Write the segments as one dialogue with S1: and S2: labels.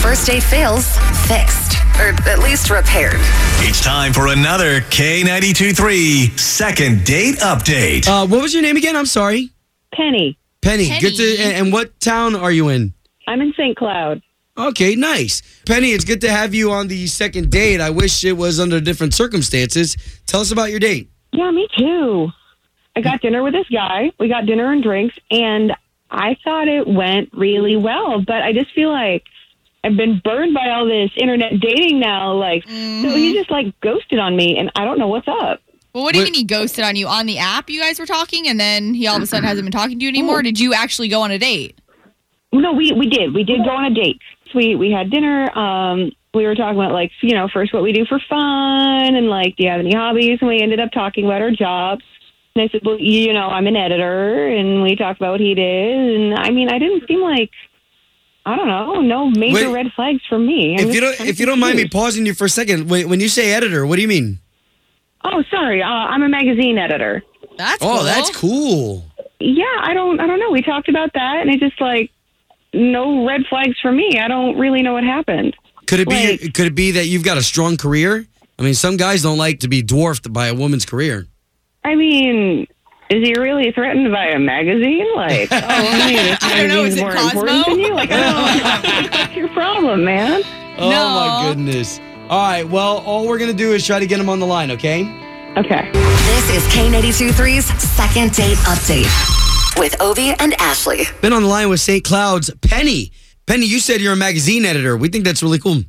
S1: first date fails fixed, or at least repaired.
S2: It's time for another K92 3 second date update.
S3: Uh, what was your name again? I'm sorry.
S4: Penny.
S3: Penny.
S5: Penny.
S3: Good to. And, and what town are you in?
S4: I'm in St. Cloud.
S3: Okay, nice. Penny, it's good to have you on the second date. I wish it was under different circumstances. Tell us about your date.
S4: Yeah, me too. I got dinner with this guy. We got dinner and drinks, and I thought it went really well, but I just feel like I've been burned by all this internet dating now. Like, so he just like ghosted on me, and I don't know what's up.
S5: Well, what do you
S3: Wait.
S5: mean he ghosted on you on the app? You guys were talking, and then he all of a sudden hasn't been talking to you
S3: Oh.
S5: anymore. Did you actually go on a date?
S4: No, we we did. We did go on a date. We we had dinner. Um, we were talking about like you know first what we do for fun and like do you have any hobbies? And we ended up talking about our jobs. And I said, well, you know, I'm an editor, and we talked about what he did. And I mean, I didn't seem like I don't know, no major
S3: Wait.
S4: red flags for me.
S3: If
S4: I'm
S3: you
S4: just
S3: don't,
S4: kinda
S3: if you don't mind me
S4: confused.
S3: pausing you for a second, when, when you say editor, what do you mean?
S4: oh, sorry, uh, I'm a magazine editor.
S5: That's
S3: Oh, that's cool.
S4: Yeah, I don't, I don't know. We talked about that, and it just like no red flags for me. I don't really know what happened.
S3: Could it be?
S4: Like-
S3: could it be that you've got a strong career? I mean, some guys don't like to be dwarfed by a woman's career.
S4: I mean, is he really threatened by a magazine? Like, oh, I mean, this
S5: I don't know,
S4: magazine's
S5: is it
S4: more
S5: Cosmo?
S4: important than you? Like, I don't know. What's your problem, man?
S3: Oh my
S5: No.
S3: goodness. All right. Well, all we're gonna do is try to get him on the line. Okay.
S4: Okay.
S1: This is K92 3's second date update with Ovi and Ashley.
S3: Been on the line with St. Cloud's Penny. Penny, you said you're a magazine editor. We think that's really cool.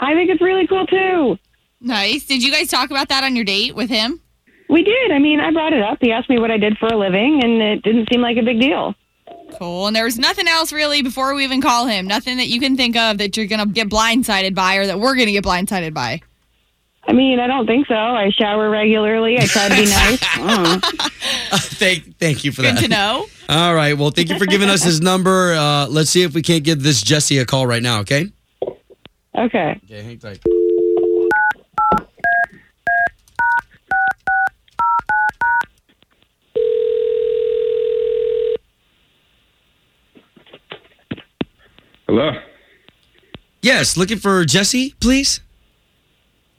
S4: I think it's really cool, too.
S5: nice. Did you guys talk about that on your date with him?
S4: We did. I mean, I brought it up. He asked me what I did for a living, and it didn't seem like a big deal.
S5: Cool. And there was nothing else really before we even call him. Nothing that you can think of that you're gonna get blindsided by, or that we're gonna get blindsided by.
S4: I mean, I don't think so. I shower regularly. I try to be nice. Oh.
S3: thank, thank you for
S5: Good
S3: that.
S5: to know.
S3: All right. Well, thank you for giving us his number. Uh, let's see if we can't give this Jesse a call right now. Okay.
S4: Okay.
S3: Okay. Hang tight.
S6: Hello.
S3: Yes. Looking for Jesse, please.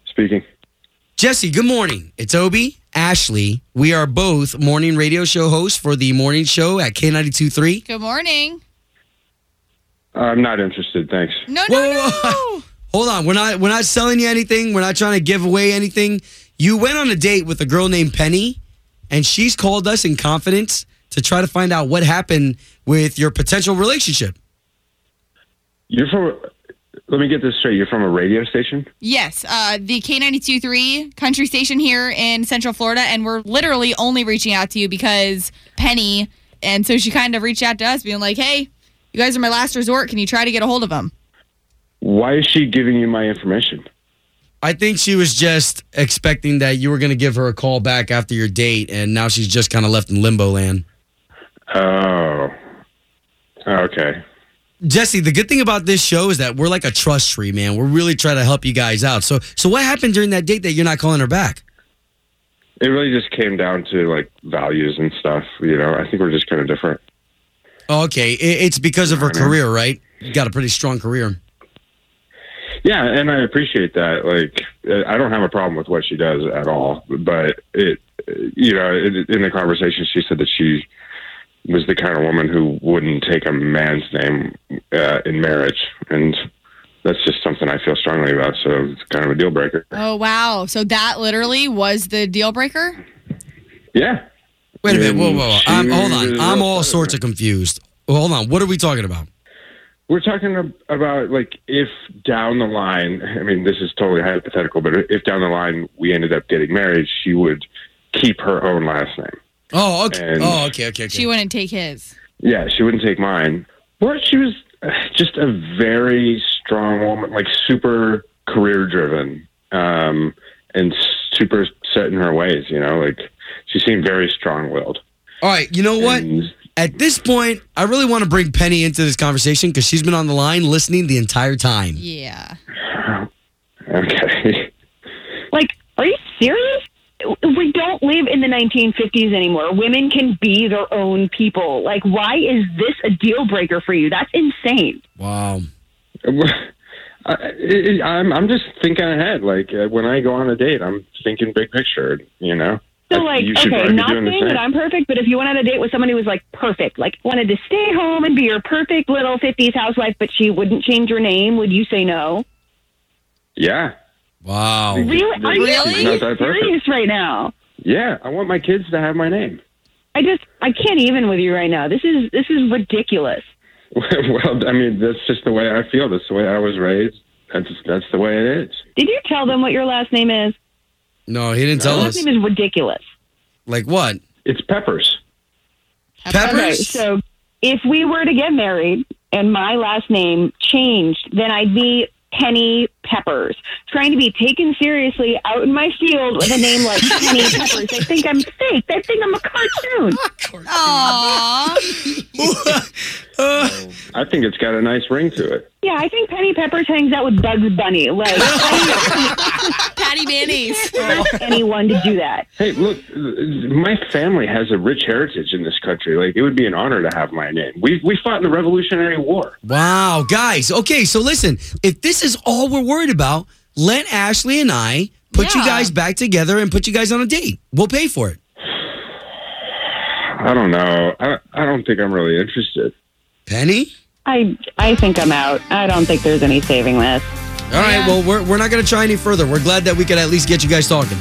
S6: Speaking.
S3: Jesse, good morning. It's Obi, Ashley. We are both morning radio show hosts for the morning show at K92.3.
S5: Good morning.
S6: I'm not interested. Thanhanks.
S5: No, no,
S3: Whoa, whoa, whoa.
S5: no.
S3: Hold on. We're not we're not selling you anything. We're not trying to give away anything. You went on a date with a girl named Penny, and she's called us in confidence to try to find out what happened with your potential relationship.
S6: You're from. Let me get this straight. You're from a radio station.
S5: Yes, uh, the K92 3 country station here in Central Florida, and we're literally only reaching out to you because Penny, and so she kind of reached out to us, being like, hey, you guys are my last resort. Can you try to get a hold of him?
S6: Why is she giving you my information?
S3: I think she was just expecting that you were going to give her a call back after your date, and now she's just kind of left in limbo land.
S6: Oh. Okay.
S3: Jesse, the good thing about this show is that we're like a trust tree, man. We're really trying to help you guys out. So, so what happened during that date that you're not calling her back?
S6: It really just came down to like values and stuff. You know, I think we're just kind of different.
S3: Okay, it, it's because of her
S6: Right on.
S3: career, right? You got a pretty strong career.
S6: Yeah, and I appreciate that. Like, I don't have a problem with what she does at all. But it, you know, it, in the conversation, she said that she was the kind of woman who wouldn't take a man's name uh, in marriage, and that's just something I feel strongly about. So it's kind of a deal breaker.
S5: Oh, wow. So that literally was the deal breaker?
S6: Yeah.
S3: Wait a minute, whoa,
S6: And
S3: whoa, whoa.
S6: she
S3: I'm, hold on,
S6: was
S3: I'm
S6: upset
S3: all
S6: about
S3: sorts of confused. Hold on, what are we talking about?
S6: We're talking ab- about like if down the line, I mean, this is totally hypothetical, but if down the line we ended up getting married, she would keep her own last name.
S3: Oh, okay,
S6: And-
S3: oh, okay, okay, okay.
S5: She wouldn't take his.
S6: Yeah, she wouldn't take mine. Well, she was uh, just a very strong woman, like super career driven, um, and super set in her ways. You know, like she seemed very strong willed.
S3: all right, you know what?
S6: And
S3: At this point, I really want to bring Penny into this conversation because she's been on the line listening the entire time.
S5: Yeah.
S6: okay,
S4: Like, are you serious? We don't live in the 1950s anymore. Women can be their own people. Like, why is this a deal breaker for you? That's insane.
S3: Wow.
S6: I, I- I'm I'm just thinking ahead. Like uh, when I go on a date, I'm thinking big picture. You know.
S4: So
S6: I-
S4: like,
S6: you should
S4: okay,
S6: probably be
S4: not
S6: doing the
S4: saying that
S6: same.
S4: I'm perfect, but if you went on a date with someone who was like perfect, like wanted to stay home and be your perfect little 50s housewife, but she wouldn't change her name, would you say no?
S6: Yeah.
S3: Wow.
S4: Really? Are you
S6: She's not that perfect.
S4: serious right now?
S6: Yeah, I want my kids to have my name.
S4: I just I can't even with you right now. This is this is ridiculous.
S6: well, I mean, that's just the way I feel. That's the way I was raised. That's that's the way it is.
S4: Did you tell them what your last name is?
S3: No, he didn't
S4: Your
S3: tell
S4: last
S3: us.
S4: name is ridiculous.
S3: Like what?
S6: It's Peppers.
S4: Okay,
S3: Peppers?
S4: so if we were to get married and my last name changed, then I'd be Penny Peppers, trying to be taken seriously out in my field with a name like Penny Peppers. They think I'm fake. They think I'm a cartoon.
S5: Aww.
S6: I think it's got a nice ring to it.
S4: Yeah, I think Penny Peppers hangs out with Bugs Bunny. Like, I
S5: Patty mayonnaise.
S4: don't allow anyone to do that.
S6: Hey, look, my family has a rich heritage in this country. Like, it would be an honor to have my name. We we fought in the Revolutionary War.
S3: Wow, guys. Okay, so listen, if this is all we're worried about, let Ashley and I put you
S5: Yeah.
S3: guys back together and put you guys on a date. We'll pay for it.
S6: I don't know. I I don't think I'm really interested.
S3: Penny?
S4: I I think I'm out. I don't think there's any saving this.
S3: All right, well, we're, we're not going to try any further. We're glad that we could at least get you guys talking.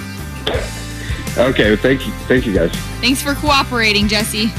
S6: Okay, thank you, thank you guys.
S5: Thanks for cooperating, Jesse.